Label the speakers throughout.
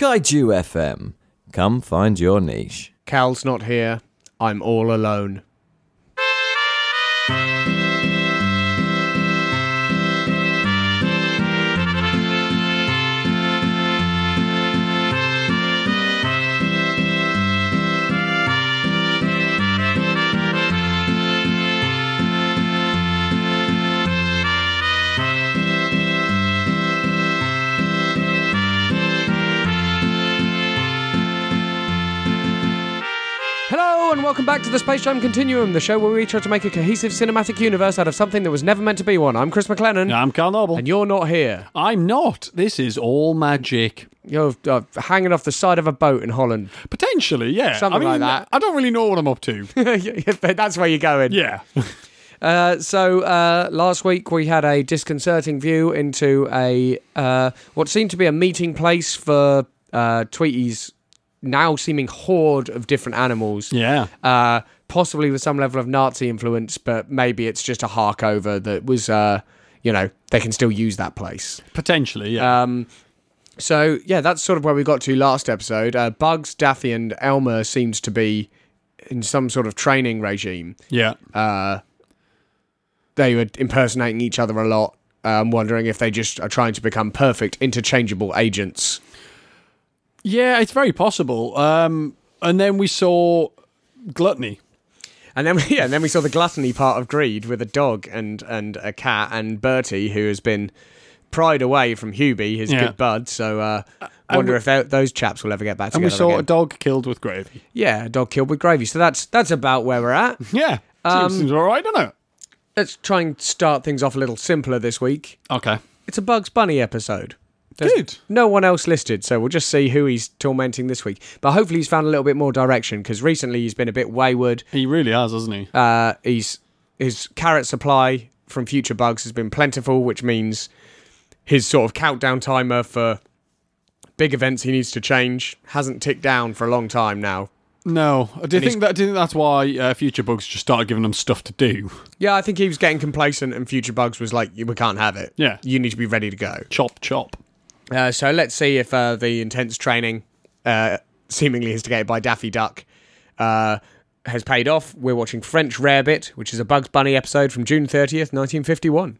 Speaker 1: Kaiju FM. Come find your niche.
Speaker 2: Cal's not here. I'm all alone. Hello, and welcome back to the Space Jam Continuum, the show where we try to make a cohesive cinematic universe out of something that was never meant to be one. I'm Chris McLennan,
Speaker 3: I'm Carl Noble.
Speaker 2: and you're not here.
Speaker 3: I'm not. This is all magic.
Speaker 2: You're uh, hanging off the side of a boat in Holland.
Speaker 3: Potentially, yeah.
Speaker 2: Something
Speaker 3: I
Speaker 2: like
Speaker 3: mean,
Speaker 2: that.
Speaker 3: I don't really know what I'm up to.
Speaker 2: That's where you're going.
Speaker 3: yeah.
Speaker 2: Uh, so uh, last week we had a disconcerting view into a uh, what seemed to be a meeting place for uh, Tweety's now seeming horde of different animals.
Speaker 3: Yeah.
Speaker 2: Uh, possibly with some level of Nazi influence, but maybe it's just a hark over that was, uh, you know, they can still use that place.
Speaker 3: Potentially, yeah.
Speaker 2: Um, so yeah, that's sort of where we got to last episode. Uh, Bugs, Daffy, and Elmer seemed to be in some sort of training regime
Speaker 3: yeah.
Speaker 2: uh, they were impersonating each other a lot. Um, wondering if they just are trying to become perfect, interchangeable agents.
Speaker 3: yeah, it's very possible. Um, and then we saw Gluttony.
Speaker 2: And then, yeah, and then we saw the gluttony part of greed with a dog and and a cat and Bertie, who has been pried away from Hubie, his
Speaker 3: Yeah.
Speaker 2: good bud. So, uh, wonder
Speaker 3: we-
Speaker 2: if tho- those chaps will ever get back
Speaker 3: And
Speaker 2: together.
Speaker 3: we saw
Speaker 2: again.
Speaker 3: a dog killed with gravy.
Speaker 2: yeah, a dog killed with gravy. So that's that's about where we're at.
Speaker 3: Yeah.
Speaker 2: Um,
Speaker 3: seems, seems all right, doesn't it?
Speaker 2: Let's try and start things off a little simpler this week.
Speaker 3: Okay.
Speaker 2: It's a Bugs Bunny episode. There's
Speaker 3: Good.
Speaker 2: No one else listed, so we'll just see who he's tormenting this week. But hopefully, he's found a little bit more direction because recently he's been a bit wayward.
Speaker 3: He really has, hasn't he?
Speaker 2: Uh, he's his carrot supply from Future Bugs has been plentiful, which means his sort of countdown timer for big events he needs to change hasn't ticked down for a long time now.
Speaker 3: No. Do you
Speaker 2: he's-
Speaker 3: think that? Do you think that's why uh, Future Bugs just started giving them stuff to do?
Speaker 2: Yeah, I think he was getting complacent, and Future Bugs was like, "We can't have it.
Speaker 3: Yeah.
Speaker 2: you need to be ready to go."
Speaker 3: Chop, chop.
Speaker 2: Uh, so let's see if uh, the intense training, uh, seemingly instigated by Daffy Duck, uh, has paid off. We're watching French Rarebit, which is a Bugs Bunny episode from June 30th, 1951.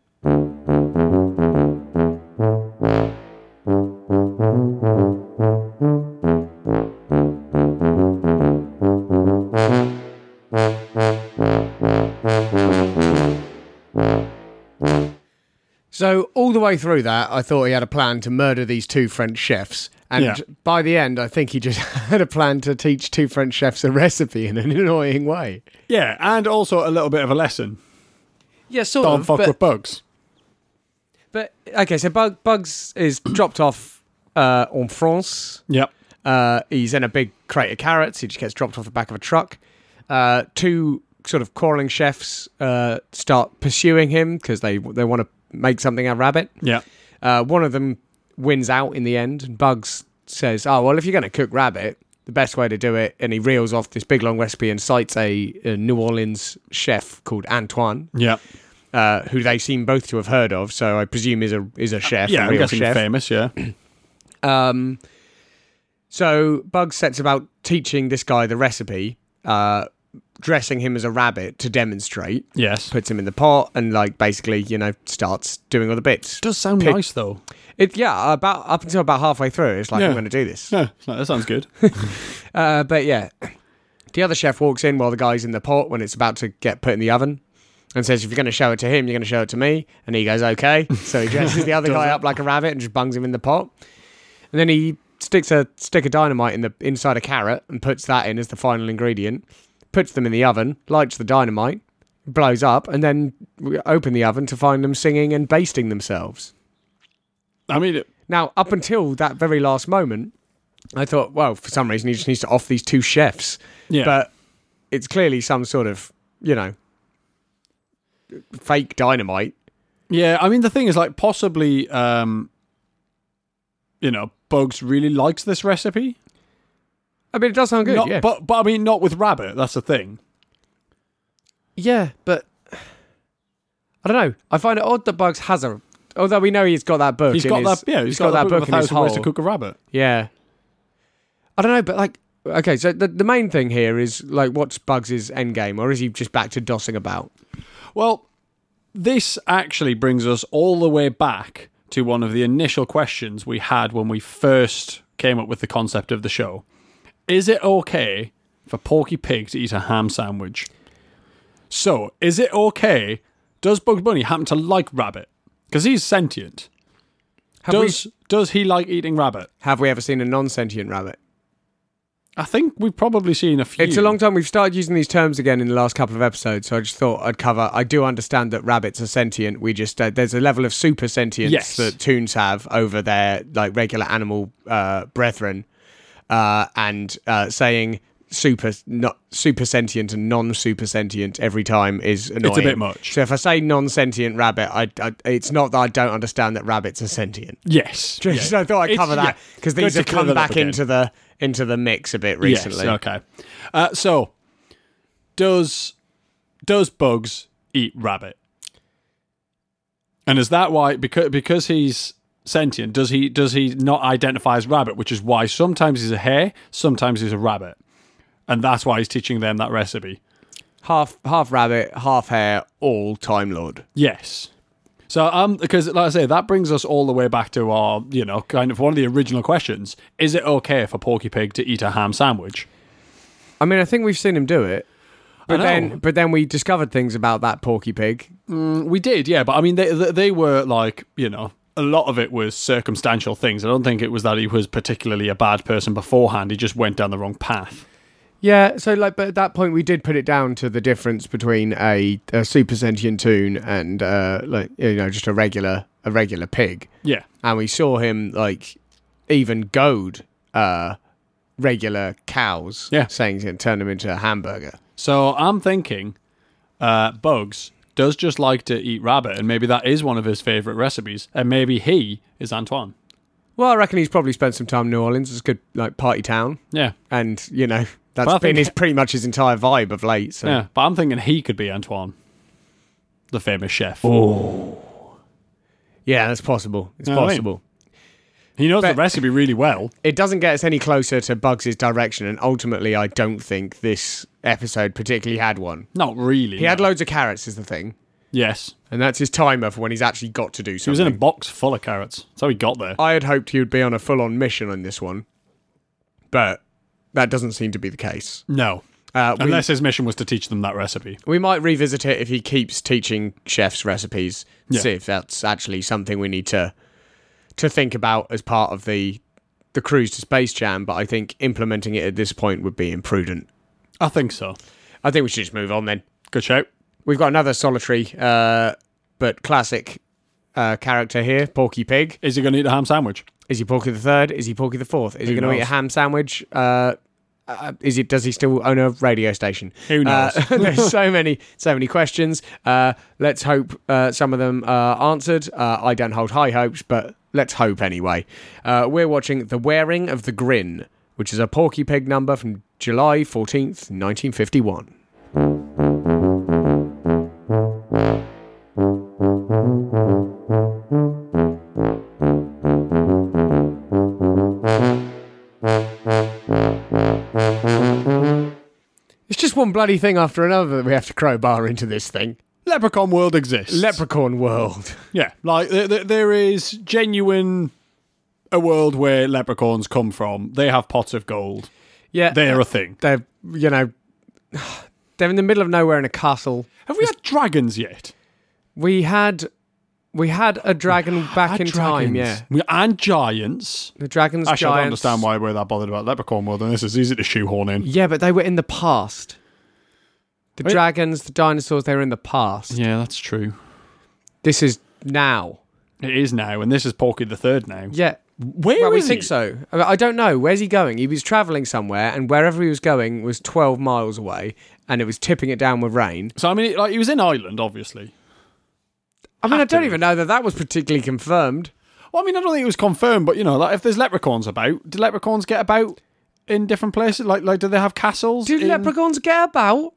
Speaker 2: So all the way through that, I thought he had a plan to murder these two French chefs. And
Speaker 3: Yeah.
Speaker 2: by the end, I think he just had a plan to teach two French chefs a recipe in an annoying way.
Speaker 3: Yeah, and also a little bit of a lesson.
Speaker 2: Yeah, sort
Speaker 3: Don't fuck with bugs.
Speaker 2: But okay, so Bug, Bugs is dropped off uh, en France.
Speaker 3: Yep.
Speaker 2: Uh, he's in a big crate of carrots. He just gets dropped off the back of a truck. Uh, two sort of quarreling chefs uh, start pursuing him because they they want to make something out of rabbit.
Speaker 3: Yeah.
Speaker 2: Uh, one of them wins out in the end, and Bugs says, "Oh well, if you're going to cook rabbit, the best way to do it." And he reels off this big long recipe and cites a, a New Orleans chef called Antoine,
Speaker 3: Yeah.
Speaker 2: uh, who they seem both to have heard of. So I presume is a is a chef,
Speaker 3: Yeah,
Speaker 2: a
Speaker 3: I'm
Speaker 2: real
Speaker 3: guessing
Speaker 2: chef.
Speaker 3: famous, yeah.
Speaker 2: Um, so Bugs sets about teaching this guy the recipe, uh, dressing him as a rabbit to demonstrate.
Speaker 3: Yes.
Speaker 2: Puts him in the pot and like basically, you know, starts doing all the bits.
Speaker 3: does sound
Speaker 2: Pick-
Speaker 3: nice though.
Speaker 2: It yeah, about up until about halfway through, it's like
Speaker 3: Yeah.
Speaker 2: I'm going to do this.
Speaker 3: No, no, that sounds good.
Speaker 2: Uh, but yeah, the other chef walks in while the guy's in the pot when it's about to get put in the oven. And says, if you're going to show it to him, you're going to show it to me. And he goes, okay. So he dresses the other guy up like a rabbit and just bungs him in the pot. And then he sticks a stick of dynamite in the inside a carrot and puts that in as the final ingredient. Puts them in the oven, lights the dynamite, blows up, and then we open the oven to find them singing and basting themselves.
Speaker 3: I mean, it-
Speaker 2: Now, up until that very last moment, I thought, well, for some reason, he just needs to off these two chefs.
Speaker 3: yeah,
Speaker 2: But it's clearly some sort of, you know, fake dynamite.
Speaker 3: yeah. I mean, the thing is, like, possibly, um, you know, Bugs really likes this recipe.
Speaker 2: I mean, it does sound good.
Speaker 3: Not-
Speaker 2: yeah.
Speaker 3: But but I mean, not with rabbit. That's the thing.
Speaker 2: yeah, but I don't know. I find it odd that Bugs has a. Although we know he's got that book.
Speaker 3: He's
Speaker 2: in
Speaker 3: got
Speaker 2: his-
Speaker 3: that. Yeah,
Speaker 2: he's got, that book
Speaker 3: of
Speaker 2: in
Speaker 3: a
Speaker 2: his
Speaker 3: thousand ways to
Speaker 2: hole.
Speaker 3: cook a rabbit.
Speaker 2: Yeah. I don't know, but like, okay, so the, the main thing here is like, what's Bugs' end game, or is he just back to dossing about?
Speaker 3: Well, this actually brings us all the way back to one of the initial questions we had when we first came up with the concept of the show. Is it okay for Porky Pig to eat a ham sandwich? So, is it okay? Does Bugs Bunny happen to like rabbit? Because he's sentient.
Speaker 2: Have
Speaker 3: does
Speaker 2: we
Speaker 3: does he like eating rabbit?
Speaker 2: have we ever seen a non-sentient rabbit?
Speaker 3: I think we've probably seen a few.
Speaker 2: It's a long time. We've started using these terms again in the last couple of episodes, so I just thought I'd cover. I do understand that rabbits are sentient. We just uh, there's a level of super sentience
Speaker 3: Yes.
Speaker 2: that toons have over their like regular animal uh, brethren, uh, and uh, saying super not super sentient and non super sentient every time is annoying.
Speaker 3: bit much.
Speaker 2: So if I say non sentient rabbit, I, I it's not that I don't understand that rabbits are sentient.
Speaker 3: Yes.
Speaker 2: Just-
Speaker 3: Yeah.
Speaker 2: I thought I'd
Speaker 3: It's-
Speaker 2: cover that
Speaker 3: yeah.
Speaker 2: because
Speaker 3: Good
Speaker 2: these
Speaker 3: to
Speaker 2: have
Speaker 3: clear
Speaker 2: come
Speaker 3: that up
Speaker 2: back
Speaker 3: again.
Speaker 2: into the into the mix a bit recently.
Speaker 3: Yes, okay. Uh, so, does does Bugs eat rabbit? And is that why because because he's sentient? Does he does he not identify as rabbit? Which is why sometimes he's a hare, sometimes he's a rabbit, and that's why he's teaching them that recipe.
Speaker 2: half half rabbit, half hare, all Time Lord.
Speaker 3: Yes. So um, because like I say, that brings us all the way back to our you know kind of one of the original questions: Is it okay for Porky Pig to eat a ham sandwich?
Speaker 2: I mean, I think we've seen him do it, but
Speaker 3: know.
Speaker 2: then but then we discovered things about that Porky Pig.
Speaker 3: We did, yeah, but I mean, they they they were like you know a lot of it was circumstantial things. I don't think it was that he was particularly a bad person beforehand. He just went down the wrong path.
Speaker 2: Yeah, so like, but at that point we did put it down to the difference between a, a super sentient tune and uh, like you know just a regular a regular pig,
Speaker 3: Yeah,
Speaker 2: and we saw him like even goad uh, regular cows,
Speaker 3: Yeah.
Speaker 2: saying he's going to turn them into a hamburger.
Speaker 3: so I'm thinking, uh, Bugs does just like to eat rabbit, and maybe that is one of his favorite recipes, and maybe he is Antoine.
Speaker 2: Well, I reckon he's probably spent some time in New Orleans. It's a good like party town.
Speaker 3: Yeah,
Speaker 2: and you know that's
Speaker 3: But I
Speaker 2: been
Speaker 3: think-
Speaker 2: his pretty much his entire vibe of late. So
Speaker 3: yeah, but I'm thinking he could be Antoine, the famous chef.
Speaker 2: Oh. Yeah, that's possible. It's
Speaker 3: You know what I mean?
Speaker 2: possible.
Speaker 3: He knows
Speaker 2: But-
Speaker 3: the recipe really well.
Speaker 2: It doesn't get us any closer to Bugs' direction, and ultimately, I don't think this episode particularly had one.
Speaker 3: Not really.
Speaker 2: He had
Speaker 3: no.
Speaker 2: loads of carrots, is the thing,
Speaker 3: yes,
Speaker 2: and that's his timer for when he's actually got to do
Speaker 3: he was
Speaker 2: something.
Speaker 3: in a box full of carrots. That's how he got there.
Speaker 2: I had hoped he would be on a full-on mission on this one, but that doesn't seem to be the case.
Speaker 3: No.
Speaker 2: Uh, we,
Speaker 3: Unless his mission was to teach them that recipe.
Speaker 2: we might revisit it if he keeps teaching chefs recipes.
Speaker 3: Yeah.
Speaker 2: See if that's actually something we need to to think about as part of the the cruise to Space Jam. But I think implementing it at this point would be imprudent.
Speaker 3: I think so.
Speaker 2: I think we should just move on then.
Speaker 3: Good shout.
Speaker 2: We've got another solitary uh, but classic uh, character here, Porky Pig.
Speaker 3: Is he going to eat a ham sandwich?
Speaker 2: Is he Porky the Third? Is he Porky the Fourth? Is he
Speaker 3: Who
Speaker 2: going to eat a
Speaker 3: knows?
Speaker 2: ham sandwich? Uh, uh, is it? Does he still own a radio station?
Speaker 3: Who knows?
Speaker 2: Uh, there's so many, so many questions. Uh, let's hope uh, some of them are answered. Uh, I don't hold high hopes, but let's hope anyway. Uh, we're watching The Wearing of the Grin, which is a Porky Pig number from July 14th, 1951. It's just one bloody thing after another that we have to crowbar into this thing.
Speaker 3: Leprechaun world exists.
Speaker 2: Leprechaun World.
Speaker 3: yeah, like th- th- there is genuine a world where leprechauns come from. They have pots of gold.
Speaker 2: Yeah.
Speaker 3: They're a thing.
Speaker 2: they're you know they're in the middle of nowhere in a castle.
Speaker 3: Have we had dragons yet?
Speaker 2: We had we had a dragon back
Speaker 3: Had
Speaker 2: in time, yeah.
Speaker 3: We- And giants.
Speaker 2: The dragons
Speaker 3: Actually, I don't
Speaker 2: giants.
Speaker 3: understand why we're that bothered about leprechaun world, and this is easy to shoehorn in.
Speaker 2: Yeah, but they were in the past. The
Speaker 3: Wait.
Speaker 2: dragons, the dinosaurs, they were in the past.
Speaker 3: Yeah, that's true.
Speaker 2: This is now.
Speaker 3: It is now, and this is Porky the Third now.
Speaker 2: Yeah.
Speaker 3: Where
Speaker 2: Well, we
Speaker 3: is
Speaker 2: think
Speaker 3: he?
Speaker 2: so. I I don't know. Where's he going? He was travelling somewhere, and wherever he was going was 12 miles away, and it was tipping it down with rain.
Speaker 3: So I mean, like he was in Ireland, obviously.
Speaker 2: I mean, I don't even know that that was particularly confirmed.
Speaker 3: Well, I mean, I don't think it was confirmed, but you know, like if there's leprechauns about, do leprechauns get about in different places? Like, like do they have castles?
Speaker 2: Do
Speaker 3: in-
Speaker 2: leprechauns get about?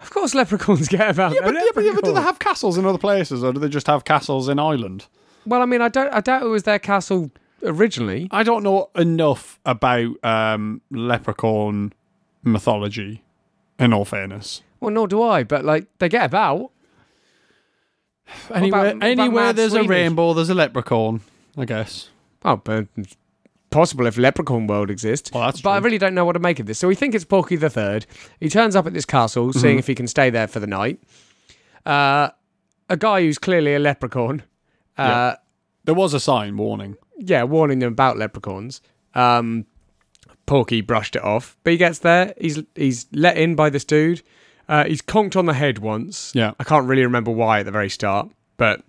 Speaker 2: Of course, leprechauns get about.
Speaker 3: Yeah, but,
Speaker 2: They're
Speaker 3: yeah, but, yeah, but do they
Speaker 2: leprechauns.
Speaker 3: have castles in other places, or do they just have castles in Ireland?
Speaker 2: Well, I mean, I don't. I doubt it was their castle originally.
Speaker 3: I don't know enough about um, leprechaun mythology. In all fairness,
Speaker 2: Well, nor do I, but like they get about.
Speaker 3: anywhere,
Speaker 2: what about
Speaker 3: anywhere
Speaker 2: Mad
Speaker 3: there's
Speaker 2: Sweeney?
Speaker 3: a rainbow, there's a leprechaun. I guess.
Speaker 2: Oh, but it's possible if Leprechaun World exists.
Speaker 3: Well, that's
Speaker 2: but I
Speaker 3: true.
Speaker 2: really don't know what to make of this. So we think it's Porky the Third. He turns up at this castle,
Speaker 3: Mm-hmm.
Speaker 2: seeing if he can stay there for the night. Uh, a guy who's clearly a leprechaun. Uh,
Speaker 3: There was a sign warning.
Speaker 2: yeah. warning them about leprechauns. Um, Porky brushed it off, but he gets there. He's he's let in by this dude. Uh, he's conked on the head once.
Speaker 3: Yeah.
Speaker 2: I can't really remember why at the very start, but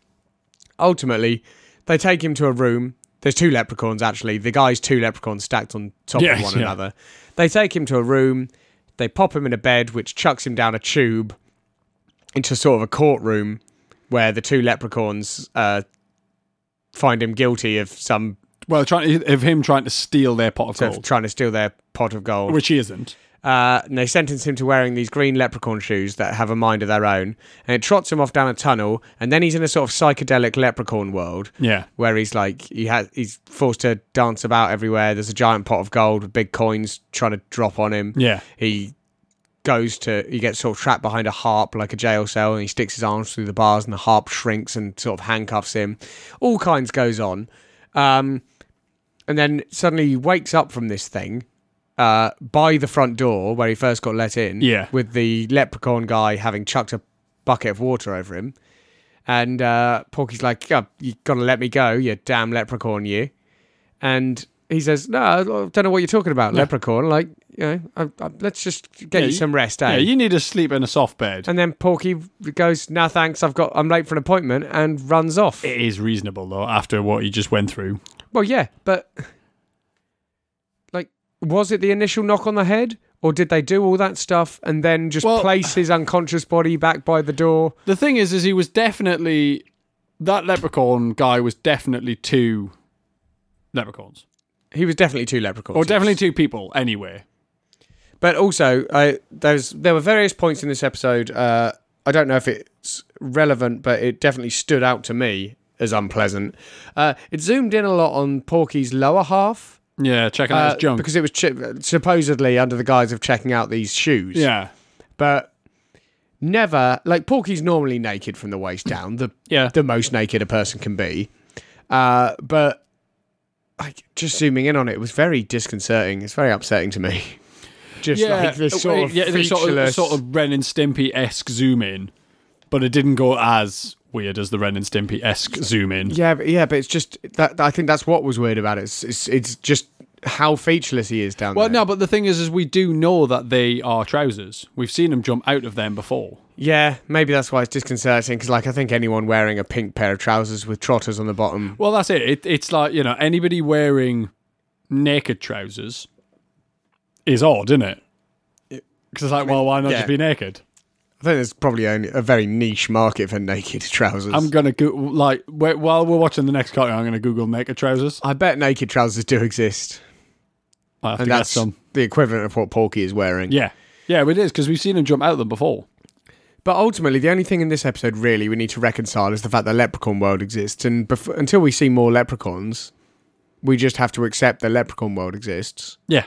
Speaker 2: ultimately they take him to a room. There's two leprechauns actually. The guy's two leprechauns stacked on top
Speaker 3: Yes,
Speaker 2: of one
Speaker 3: yeah.
Speaker 2: another. They take him to a room. They pop him in a bed, which chucks him down a tube into sort of a courtroom where the two leprechauns uh, find him guilty of some
Speaker 3: Well, trying of him trying to steal their pot of
Speaker 2: of
Speaker 3: gold,
Speaker 2: trying to steal their pot of gold.
Speaker 3: which he isn't.
Speaker 2: Uh, and they sentence him to wearing these green leprechaun shoes that have a mind of their own. And it trots him off down a tunnel. And then he's in a sort of psychedelic leprechaun world
Speaker 3: Yeah.
Speaker 2: where he's like, he has, he's forced to dance about everywhere. There's a giant pot of gold with big coins trying to drop on him.
Speaker 3: Yeah.
Speaker 2: He goes to, he gets sort of trapped behind a harp like a jail cell and he sticks his arms through the bars and the harp shrinks and sort of handcuffs him. All kinds goes on. Um, and then suddenly he wakes up from this thing uh, by the front door where he first got let in.
Speaker 3: Yeah.
Speaker 2: With the leprechaun guy having chucked a bucket of water over him. And uh, Porky's like, oh, you got to let me go, you damn leprechaun, you. And he says, no, I don't know what you're talking about, leprechaun. Like, you know, I, I, let's just get
Speaker 3: Yeah,
Speaker 2: you
Speaker 3: you-
Speaker 2: some rest, eh?
Speaker 3: Yeah, you need to sleep in a soft bed.
Speaker 2: and then Porky goes, no, thanks, I've got, I'm late for an appointment, and runs off.
Speaker 3: It is reasonable though, after what he just went through.
Speaker 2: Well, yeah, but like, was it the initial knock on the head, or did they do all that stuff and then just
Speaker 3: Well-
Speaker 2: place his unconscious body back by the door?
Speaker 3: The thing is, is he was definitely that leprechaun guy was definitely two leprechauns,
Speaker 2: He was definitely two leprechauns,
Speaker 3: or
Speaker 2: yes.
Speaker 3: definitely two people anyway.
Speaker 2: But also, I there's there were various points in this episode. Uh, I don't know if it's relevant, but it definitely stood out to me as unpleasant. Uh, it zoomed in a lot on Porky's lower half
Speaker 3: Yeah, checking out
Speaker 2: uh,
Speaker 3: his junk.
Speaker 2: because it was ch- supposedly under the guise of checking out these shoes.
Speaker 3: yeah,
Speaker 2: but never like Porky's normally naked from the waist down, the
Speaker 3: yeah,
Speaker 2: the most naked a person can be. Uh, but like just zooming in on it was very disconcerting. It's very upsetting to me. Just like this sort of
Speaker 3: yeah, this sort of,
Speaker 2: featureless-
Speaker 3: sort of Ren and Stimpy esque zoom in, but it didn't go as weird as the Ren and Stimpy esque zoom in.
Speaker 2: yeah, but yeah, but it's just that I think that's what was weird about it. It's it's, it's just how featureless he is down
Speaker 3: Well,
Speaker 2: there.
Speaker 3: no, but the thing is, is we do know that they are trousers. We've seen them jump out of them before.
Speaker 2: yeah, maybe that's why it's disconcerting because like I think anyone wearing a pink pair of trousers with trotters on the bottom,
Speaker 3: Well, that's it. it. It's like, you know, anybody wearing naked trousers is odd, isn't it? Because it's like, well, why not
Speaker 2: yeah.
Speaker 3: just be naked?
Speaker 2: I think there's probably only a very niche market for naked trousers.
Speaker 3: I'm going to, go- like, wh- while we're watching the next cartoon, I'm going to Google naked trousers.
Speaker 2: I bet naked trousers do exist.
Speaker 3: I have to
Speaker 2: And
Speaker 3: get
Speaker 2: that's
Speaker 3: some.
Speaker 2: the equivalent of what Porky is wearing.
Speaker 3: Yeah. Yeah, it is, because we've seen them jump out of them before.
Speaker 2: But ultimately, the only thing in this episode really we need to reconcile is the fact that Leprechaun World exists. And bef- until we see more leprechauns, we just have to accept that Leprechaun World exists.
Speaker 3: Yeah.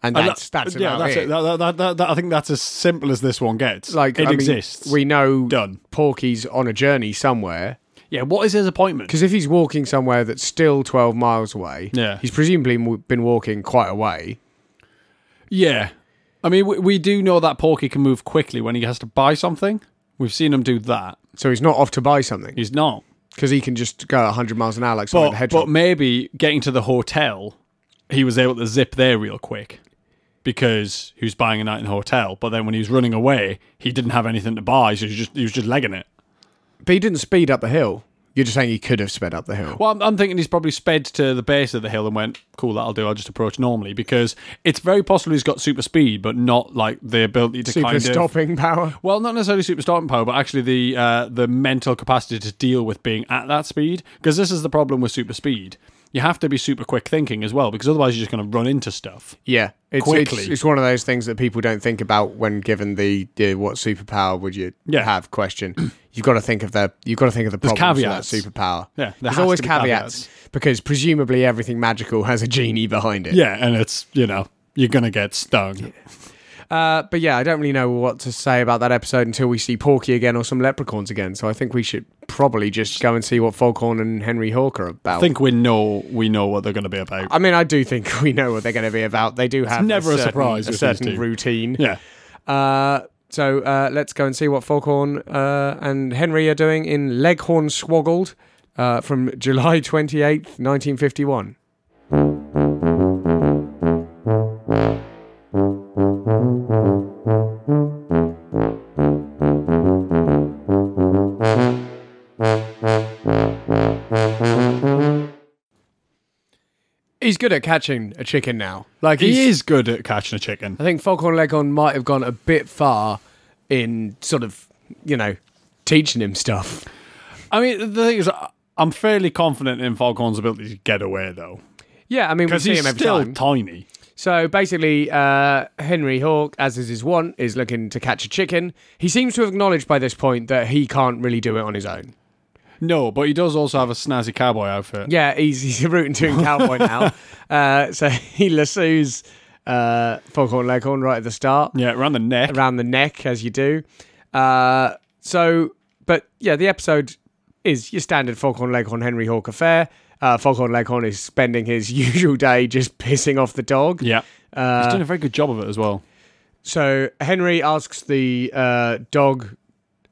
Speaker 2: And
Speaker 3: And
Speaker 2: that's,
Speaker 3: that-
Speaker 2: that's
Speaker 3: yeah,
Speaker 2: about
Speaker 3: that's
Speaker 2: it.
Speaker 3: it. That, that, that, that- I think that's as simple as this one gets.
Speaker 2: Like,
Speaker 3: it
Speaker 2: I mean,
Speaker 3: exists.
Speaker 2: we know
Speaker 3: Done.
Speaker 2: Porky's on a journey somewhere.
Speaker 3: yeah, what is his appointment?
Speaker 2: Because if he's walking somewhere that's still 12 miles away,
Speaker 3: Yeah.
Speaker 2: he's presumably m- been walking quite a way.
Speaker 3: Yeah. I mean, we, we do know that Porky can move quickly when he has to buy something. We've seen him do that.
Speaker 2: So he's not off to buy something
Speaker 3: He's not.
Speaker 2: because he can just go 100 miles an hour like Sonic the
Speaker 3: But,
Speaker 2: Hedgehog.
Speaker 3: but maybe getting to the hotel, he was able to zip there real quick because he was buying a night in a hotel. But then when he was running away, he didn't have anything to buy, so he was just, he was just legging it.
Speaker 2: But he didn't speed up the hill. You're just saying he could have sped up the hill.
Speaker 3: Well, I'm, I'm thinking he's probably sped to the base of the hill and went, cool, that'll do. I'll just approach normally because it's very possible he's got super speed, but not like the ability to
Speaker 2: Super
Speaker 3: kind of.
Speaker 2: stopping power.
Speaker 3: Well, not necessarily super stopping power, but actually the uh, the mental capacity to deal with being at that speed. Because this is the problem with super speed you have to be super quick thinking as well, because otherwise you're just going to run into stuff.
Speaker 2: Yeah, it's,
Speaker 3: Quickly.
Speaker 2: It's, it's one of those things that people don't think about when given the, the what superpower would you
Speaker 3: Yeah.
Speaker 2: have question. You've got to think of the you've got to think of the problems
Speaker 3: caveats.
Speaker 2: with that superpower.
Speaker 3: Yeah, there has
Speaker 2: there's
Speaker 3: to
Speaker 2: always
Speaker 3: be
Speaker 2: caveats, because presumably everything magical has a genie behind it.
Speaker 3: Yeah, and it's you know you're going to get stung.
Speaker 2: Uh, but yeah, I don't really know what to say about that episode until we see Porky again or some leprechauns again. So I think we should probably just go and see what Foghorn and Henry Hawk are about.
Speaker 3: I think we know we know what they're going to be about.
Speaker 2: I mean, I do think we know what they're going to be about. They do have
Speaker 3: never a
Speaker 2: certain-
Speaker 3: surprise
Speaker 2: a
Speaker 3: with these
Speaker 2: certain
Speaker 3: two.
Speaker 2: routine.
Speaker 3: yeah,
Speaker 2: Uh, so uh, let's go and see what Foghorn uh, and Henry are doing in Leghorn Swoggled uh, from July 28th, 1951. He's good at catching a chicken now. Like he's,
Speaker 3: he is good at catching a chicken.
Speaker 2: I think Foghorn Leghorn might have gone a bit far in sort of, you know, teaching him stuff.
Speaker 3: I mean, the thing is, I- I'm fairly confident in Foghorn's ability to get away though,
Speaker 2: Yeah, I mean, we
Speaker 3: because
Speaker 2: see
Speaker 3: he's
Speaker 2: him every
Speaker 3: still
Speaker 2: time.
Speaker 3: tiny.
Speaker 2: so basically, uh, Henry Hawk, as is his wont, is looking to catch a chicken. He seems to have acknowledged by this point that he can't really do it on his own.
Speaker 3: No, but he does also have a snazzy cowboy outfit.
Speaker 2: Yeah, he's, he's a rootin' tootin' cowboy now. Uh, so he lassoes uh, Foghorn Leghorn right at the start.
Speaker 3: Yeah, around the neck.
Speaker 2: around the neck as you do. Uh, so, but yeah, the episode is your standard Foghorn Leghorn Henry Hawk affair. Uh, Foghorn Leghorn is spending his usual day just pissing off the dog.
Speaker 3: Yeah,
Speaker 2: Uh,
Speaker 3: he's doing a very good job of it as well.
Speaker 2: so Henry asks the uh, dog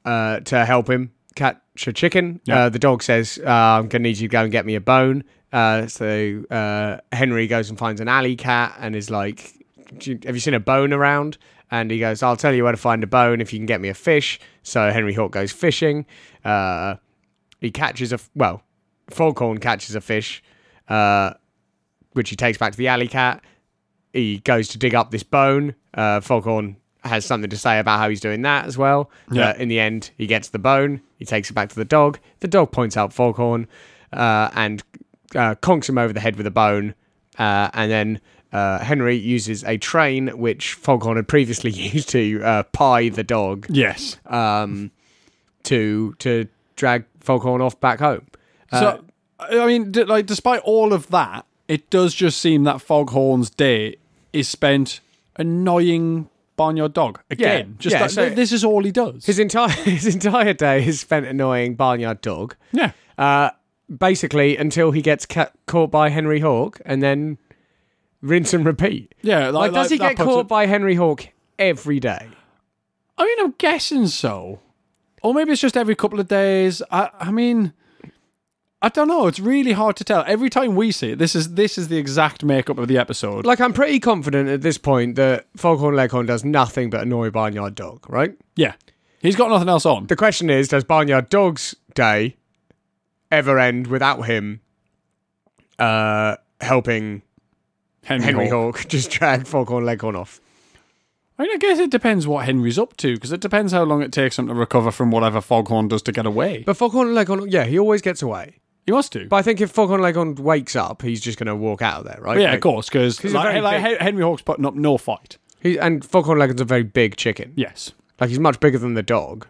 Speaker 2: uh, to help him catch a chicken.
Speaker 3: Yeah.
Speaker 2: Uh, the dog says, uh, "I'm gonna need you to go and get me a bone." Uh, so uh, Henry goes and finds an alley cat and is like, "Do you- "Have you seen a bone around?" And he goes, "I'll tell you where to find a bone if you can get me a fish." So Henry Hawk goes fishing. Uh, he catches a f- well, Foghorn catches a fish, uh, which he takes back to the alley cat he goes to dig up this bone. Uh, Foghorn has something to say about how he's doing that as well.
Speaker 3: Yeah.
Speaker 2: Uh, in the end, he gets the bone. He takes it back to the dog. The dog points out Foghorn uh, and uh, conks him over the head with a bone. Uh, and then uh, Henry uses a train, which Foghorn had previously used to uh, pie the dog,
Speaker 3: Yes.
Speaker 2: um, to to drag Foghorn off back home.
Speaker 3: so, I I mean, d- like, despite all of that, it does just seem that Foghorn's day is spent annoying barnyard dog again.
Speaker 2: Yeah,
Speaker 3: just
Speaker 2: yeah,
Speaker 3: like,
Speaker 2: so-
Speaker 3: this is all he does.
Speaker 2: His entire his entire day is spent annoying barnyard dog.
Speaker 3: yeah.
Speaker 2: uh, basically until he gets ca- caught by Henry Hawk and then rinse and repeat.
Speaker 3: Yeah,
Speaker 2: Like, does he
Speaker 3: that
Speaker 2: get
Speaker 3: puts
Speaker 2: caught
Speaker 3: it-
Speaker 2: by Henry Hawk every day?
Speaker 3: I mean, I'm guessing so, or maybe it's just every couple of days. I, I mean, I don't know. It's really hard to tell. Every time we see it, this is this is the exact makeup of the episode.
Speaker 2: Like, I'm pretty confident at this point that Foghorn Leghorn does nothing but annoy Barnyard Dog, right?
Speaker 3: yeah, he's got nothing else on.
Speaker 2: The question is, does Barnyard Dog's day ever end without him uh, helping Henry
Speaker 3: Hall.
Speaker 2: Hawk just drag Foghorn Leghorn off?
Speaker 3: I mean, I guess it depends what Henry's up to because it depends how long it takes him to recover from whatever Foghorn does to get away.
Speaker 2: But Foghorn Leghorn, yeah, he always gets away.
Speaker 3: he wants to.
Speaker 2: But I think if Foghorn Leghorn wakes up, he's just going to walk out of there, right?
Speaker 3: But yeah,
Speaker 2: Like,
Speaker 3: of course, because
Speaker 2: he's a very
Speaker 3: like, like,
Speaker 2: big-
Speaker 3: Hen- Henry Hawk's putting up no fight.
Speaker 2: He, and Foghorn Leghorn's a very big chicken.
Speaker 3: Yes,
Speaker 2: Like he's much bigger than the dog.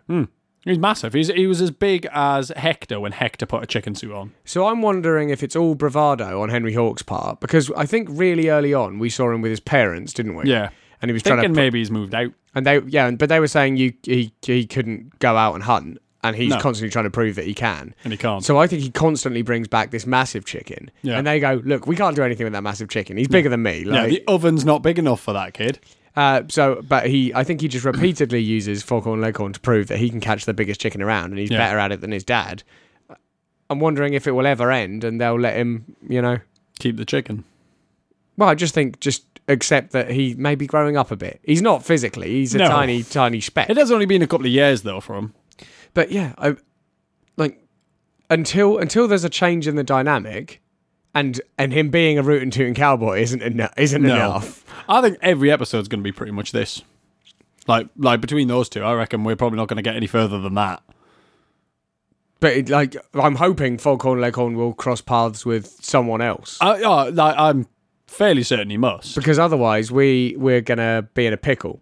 Speaker 3: he's massive. He's, he was as big as Hector when Hector put a chicken suit on.
Speaker 2: So I'm wondering if it's all bravado on Henry Hawk's part because I think really early on we saw him with his parents, didn't we?
Speaker 3: Yeah,
Speaker 2: And he was trying
Speaker 3: thinking
Speaker 2: to pr-
Speaker 3: maybe he's moved out.
Speaker 2: and they yeah, and- but they were saying you he he couldn't go out and hunt and he's
Speaker 3: No.
Speaker 2: constantly trying to prove that he can.
Speaker 3: And he can't.
Speaker 2: So I think he constantly brings back this massive chicken.
Speaker 3: Um, Yeah.
Speaker 2: And they go, "Look, we can't do anything with that massive chicken. He's bigger than me."
Speaker 3: Yeah,
Speaker 2: Like,
Speaker 3: the oven's not big enough for that kid.
Speaker 2: Uh, so, but he, I think he just repeatedly uses Foghorn Leghorn to prove that he can catch the biggest chicken around, and he's
Speaker 3: Yeah.
Speaker 2: better at it than his dad. I'm wondering if it will ever end, and they'll let him, you know.
Speaker 3: Keep the chicken.
Speaker 2: Well, I just think just accept that he may be growing up a bit. He's not physically; he's a
Speaker 3: No.
Speaker 2: tiny, tiny speck.
Speaker 3: It has only been a couple of years though for him.
Speaker 2: But yeah, I, like until until there's a change in the dynamic, and and him being a root and tootin' cowboy isn't enough. Isn't
Speaker 3: No.
Speaker 2: enough.
Speaker 3: I think every episode's going to be pretty much this. Like, like between those two, I reckon we're probably not going to get any further than that.
Speaker 2: But it, like, I'm hoping Foghorn Leghorn will cross paths with someone else
Speaker 3: I, oh, like, I'm fairly certain he must.
Speaker 2: because otherwise we we're gonna be in a pickle.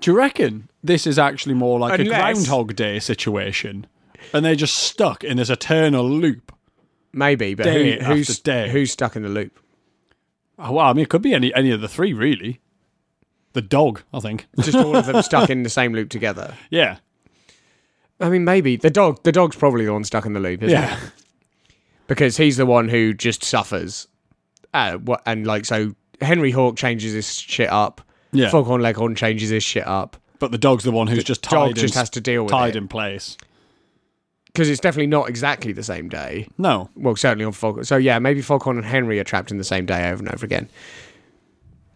Speaker 3: Do you reckon this is actually more like a
Speaker 2: Unless-
Speaker 3: Groundhog Day situation, and they're just stuck in this eternal loop?
Speaker 2: Maybe, but
Speaker 3: Day
Speaker 2: who, who's
Speaker 3: after day.
Speaker 2: who's stuck in the loop?
Speaker 3: Oh, well, I mean, it could be any any of the three, really. The dog, I think.
Speaker 2: Just all of them stuck in the same loop together.
Speaker 3: yeah,
Speaker 2: I mean, maybe the dog. The dog's probably the one stuck in the loop, isn't it?
Speaker 3: yeah.
Speaker 2: Because he's the one who just suffers. Uh, what and like so, Henry Hawk changes his shit up.
Speaker 3: Yeah.
Speaker 2: Foghorn Leghorn changes his shit up.
Speaker 3: But the dog's the one who's just tied.
Speaker 2: dog
Speaker 3: in-
Speaker 2: just has to deal with
Speaker 3: tied
Speaker 2: it.
Speaker 3: in place.
Speaker 2: Because it's definitely not exactly the same day.
Speaker 3: No,
Speaker 2: Well, certainly on Foghorn. So yeah, maybe Foghorn and Henry are trapped in the same day over and over again.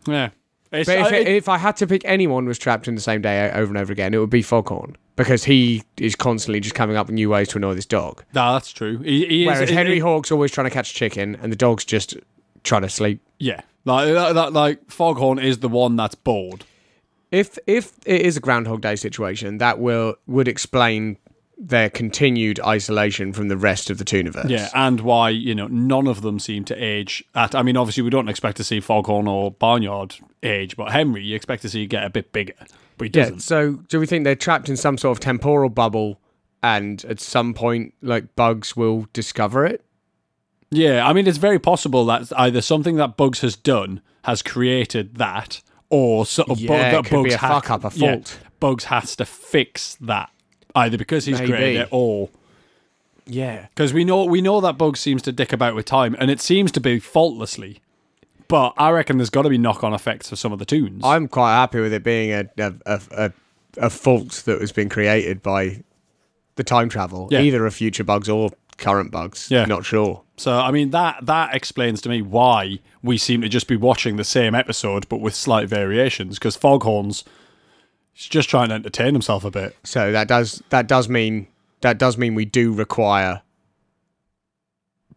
Speaker 3: yeah. It's,
Speaker 2: But if,
Speaker 3: I- it-
Speaker 2: if I had to pick anyone who was trapped in the same day o- over and over again, it would be Foghorn because he is constantly just coming up with new ways to annoy this dog.
Speaker 3: nah, that's true. He, he is,
Speaker 2: Whereas
Speaker 3: he-
Speaker 2: Henry Hawk's always trying to catch a chicken, and the dog's just trying to sleep.
Speaker 3: yeah, like that, that, like Foghorn is the one that's bored.
Speaker 2: If if it is a Groundhog Day situation, that will would explain their continued isolation from the rest of the Tooniverse.
Speaker 3: Yeah, and why you know none of them seem to age. At I mean, obviously we don't expect to see Foghorn or Barnyard age, but Henry you expect to see get a bit bigger, but he
Speaker 2: yeah.
Speaker 3: doesn't.
Speaker 2: So do we think they're trapped in some sort of temporal bubble, and at some point, like bugs will discover it?
Speaker 3: Yeah, I mean, it's very possible that either something that Bugs has done has created that, or so, or Bu-
Speaker 2: Yeah, it
Speaker 3: that
Speaker 2: could be
Speaker 3: Bugs
Speaker 2: a
Speaker 3: ha-
Speaker 2: fuck up, a
Speaker 3: yeah,
Speaker 2: fault.
Speaker 3: Bugs has to fix that either because he's great
Speaker 2: Maybe.
Speaker 3: at it, or
Speaker 2: Yeah.
Speaker 3: because we know we know that Bugs seems to dick about with time, and it seems to be faultlessly. But I reckon there's got to be knock-on effects for some of the tunes.
Speaker 2: I'm quite happy with it being a a, a, a, a fault that has been created by the time travel,
Speaker 3: Yeah.
Speaker 2: either of future bugs or current bugs.
Speaker 3: Yeah.
Speaker 2: Not sure.
Speaker 3: so I mean that that explains to me why we seem to just be watching the same episode but with slight variations because Foghorn's he's just trying to entertain himself a bit.
Speaker 2: So that does that does mean that does mean we do require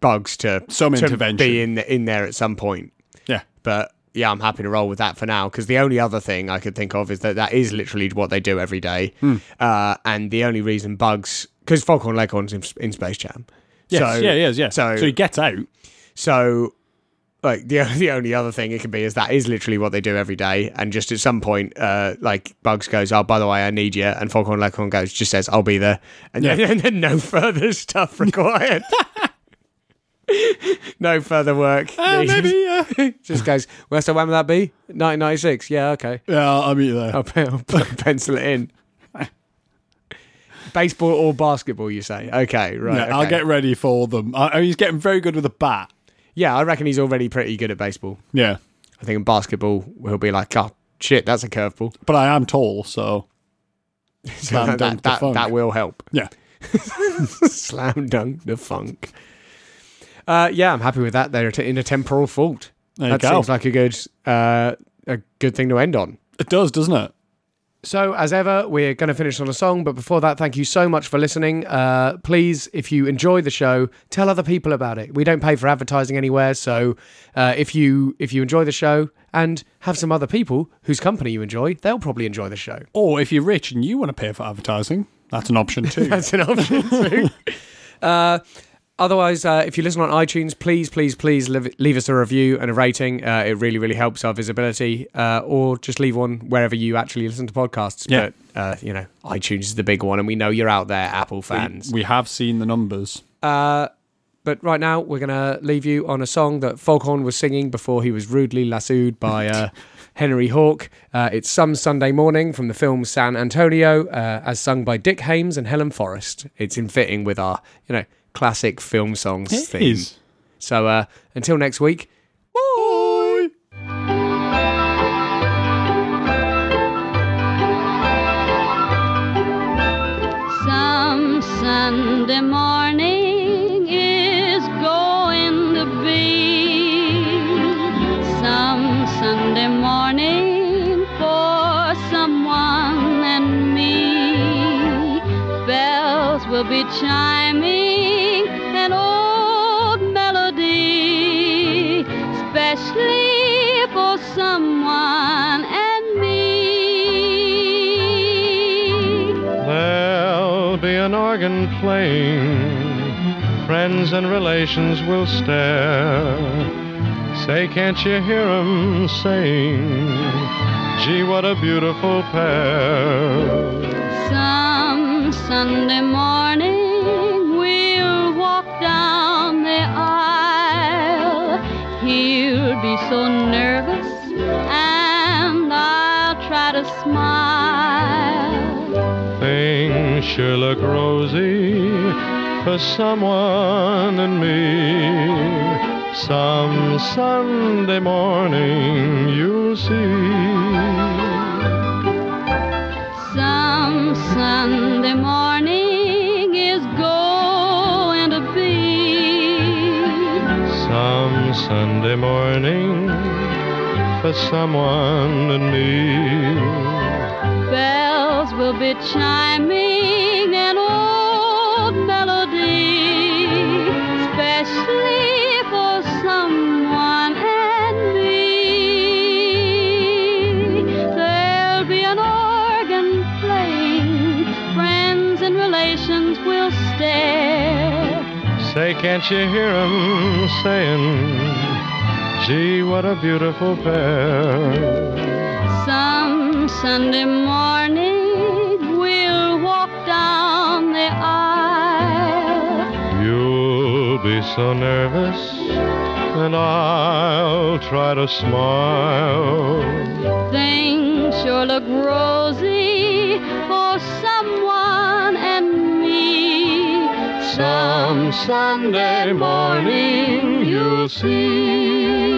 Speaker 2: bugs to
Speaker 3: Some
Speaker 2: to
Speaker 3: intervention.
Speaker 2: be in the, in there at some point.
Speaker 3: Yeah.
Speaker 2: But yeah, I'm happy to roll with that for now because the only other thing I could think of is that that is literally what they do every day,
Speaker 3: Hmm.
Speaker 2: uh, and the only reason bugs because Foghorn Leghorn's in, in Space Jam.
Speaker 3: Yes,
Speaker 2: So-
Speaker 3: yeah, yeah, yeah.
Speaker 2: so-
Speaker 3: so he gets out.
Speaker 2: So, like the the only other thing it could be is that is literally what they do every day, and just at some point, uh, like Bugs goes, "Oh, by the way, I need you," and Foghorn Leghorn goes, just says, "I'll be there," and,
Speaker 3: Yeah.
Speaker 2: then, and then no further stuff required. no further work.
Speaker 3: Uh,
Speaker 2: needed. just goes, "Well, so when would that be?" Nineteen ninety six. Yeah, okay.
Speaker 3: yeah, I'll meet you there.
Speaker 2: I'll, pe- I'll pe- pencil it in. Baseball or basketball, you say? Okay, right.
Speaker 3: yeah, I'll
Speaker 2: okay.
Speaker 3: get ready for them. I, I mean, he's getting very good with a bat.
Speaker 2: yeah, I reckon he's already pretty good at baseball.
Speaker 3: Yeah,
Speaker 2: I think in basketball he'll be like, oh shit, that's a curveball.
Speaker 3: but I am tall, so Slam
Speaker 2: that,
Speaker 3: dunk
Speaker 2: that,
Speaker 3: the
Speaker 2: that,
Speaker 3: funk.
Speaker 2: that will help.
Speaker 3: yeah.
Speaker 2: Slam dunk the funk. Uh, yeah, I'm happy with that. They're t- in a temporal fault.
Speaker 3: There you
Speaker 2: that
Speaker 3: go.
Speaker 2: seems like a good uh, a good thing to end on.
Speaker 3: It does, doesn't it?
Speaker 2: So, as ever, we're going to finish on a song, but before that, thank you so much for listening. Uh, please, if you enjoy the show, tell other people about it. We don't pay for advertising anywhere, so uh, if you if you enjoy the show and have some other people whose company you enjoy, they'll probably enjoy the show.
Speaker 3: Or if you're rich and you want to pay for advertising, that's an option too.
Speaker 2: That's an option too. uh, otherwise, uh, if you listen on iTunes, please, please, please leave, leave us a review and a rating. Uh, it really, really helps our visibility. Uh, or just leave one wherever you actually listen to podcasts.
Speaker 3: Yeah.
Speaker 2: But, uh, you know, iTunes is the big one, and we know you're out there, Apple fans.
Speaker 3: we have seen the numbers.
Speaker 2: Uh, but right now, we're going to leave you on a song that Foghorn was singing before he was rudely lassoed by uh, Henry Hawke. Uh, it's Some Sunday Morning from the film San Antonio, uh, as sung by Dick Hames and Helen Forrest. It's in fitting with our, you know, classic film songs theme. So uh, until next week,
Speaker 3: Bye.
Speaker 4: Some Sunday morning is going to be some Sunday morning for someone and me. Bells will be chiming an old melody, especially for someone and me.
Speaker 5: There'll be an organ playing. Friends and relations will stare. Say, can't you hear 'em saying, Gee, what a beautiful pair.
Speaker 4: Some Sunday morning we'll walk down the aisle. He'll be so nervous, and I'll try to smile.
Speaker 5: Things sure look rosy for someone and me. Some Sunday morning you'll see.
Speaker 4: Some Sunday morning is going to be
Speaker 5: Some Sunday morning for someone and me.
Speaker 4: bells will be chiming an old melody, especially for someone and me. There'll be an organ playing, friends and relations will stare.
Speaker 5: Say, can't you hear 'em saying, gee, what a beautiful pair.
Speaker 4: Some Sunday morning we'll walk down the aisle.
Speaker 5: You'll be so nervous, and I'll try to smile.
Speaker 4: Things sure look rosy for someone and me.
Speaker 5: Some Sunday morning you'll see.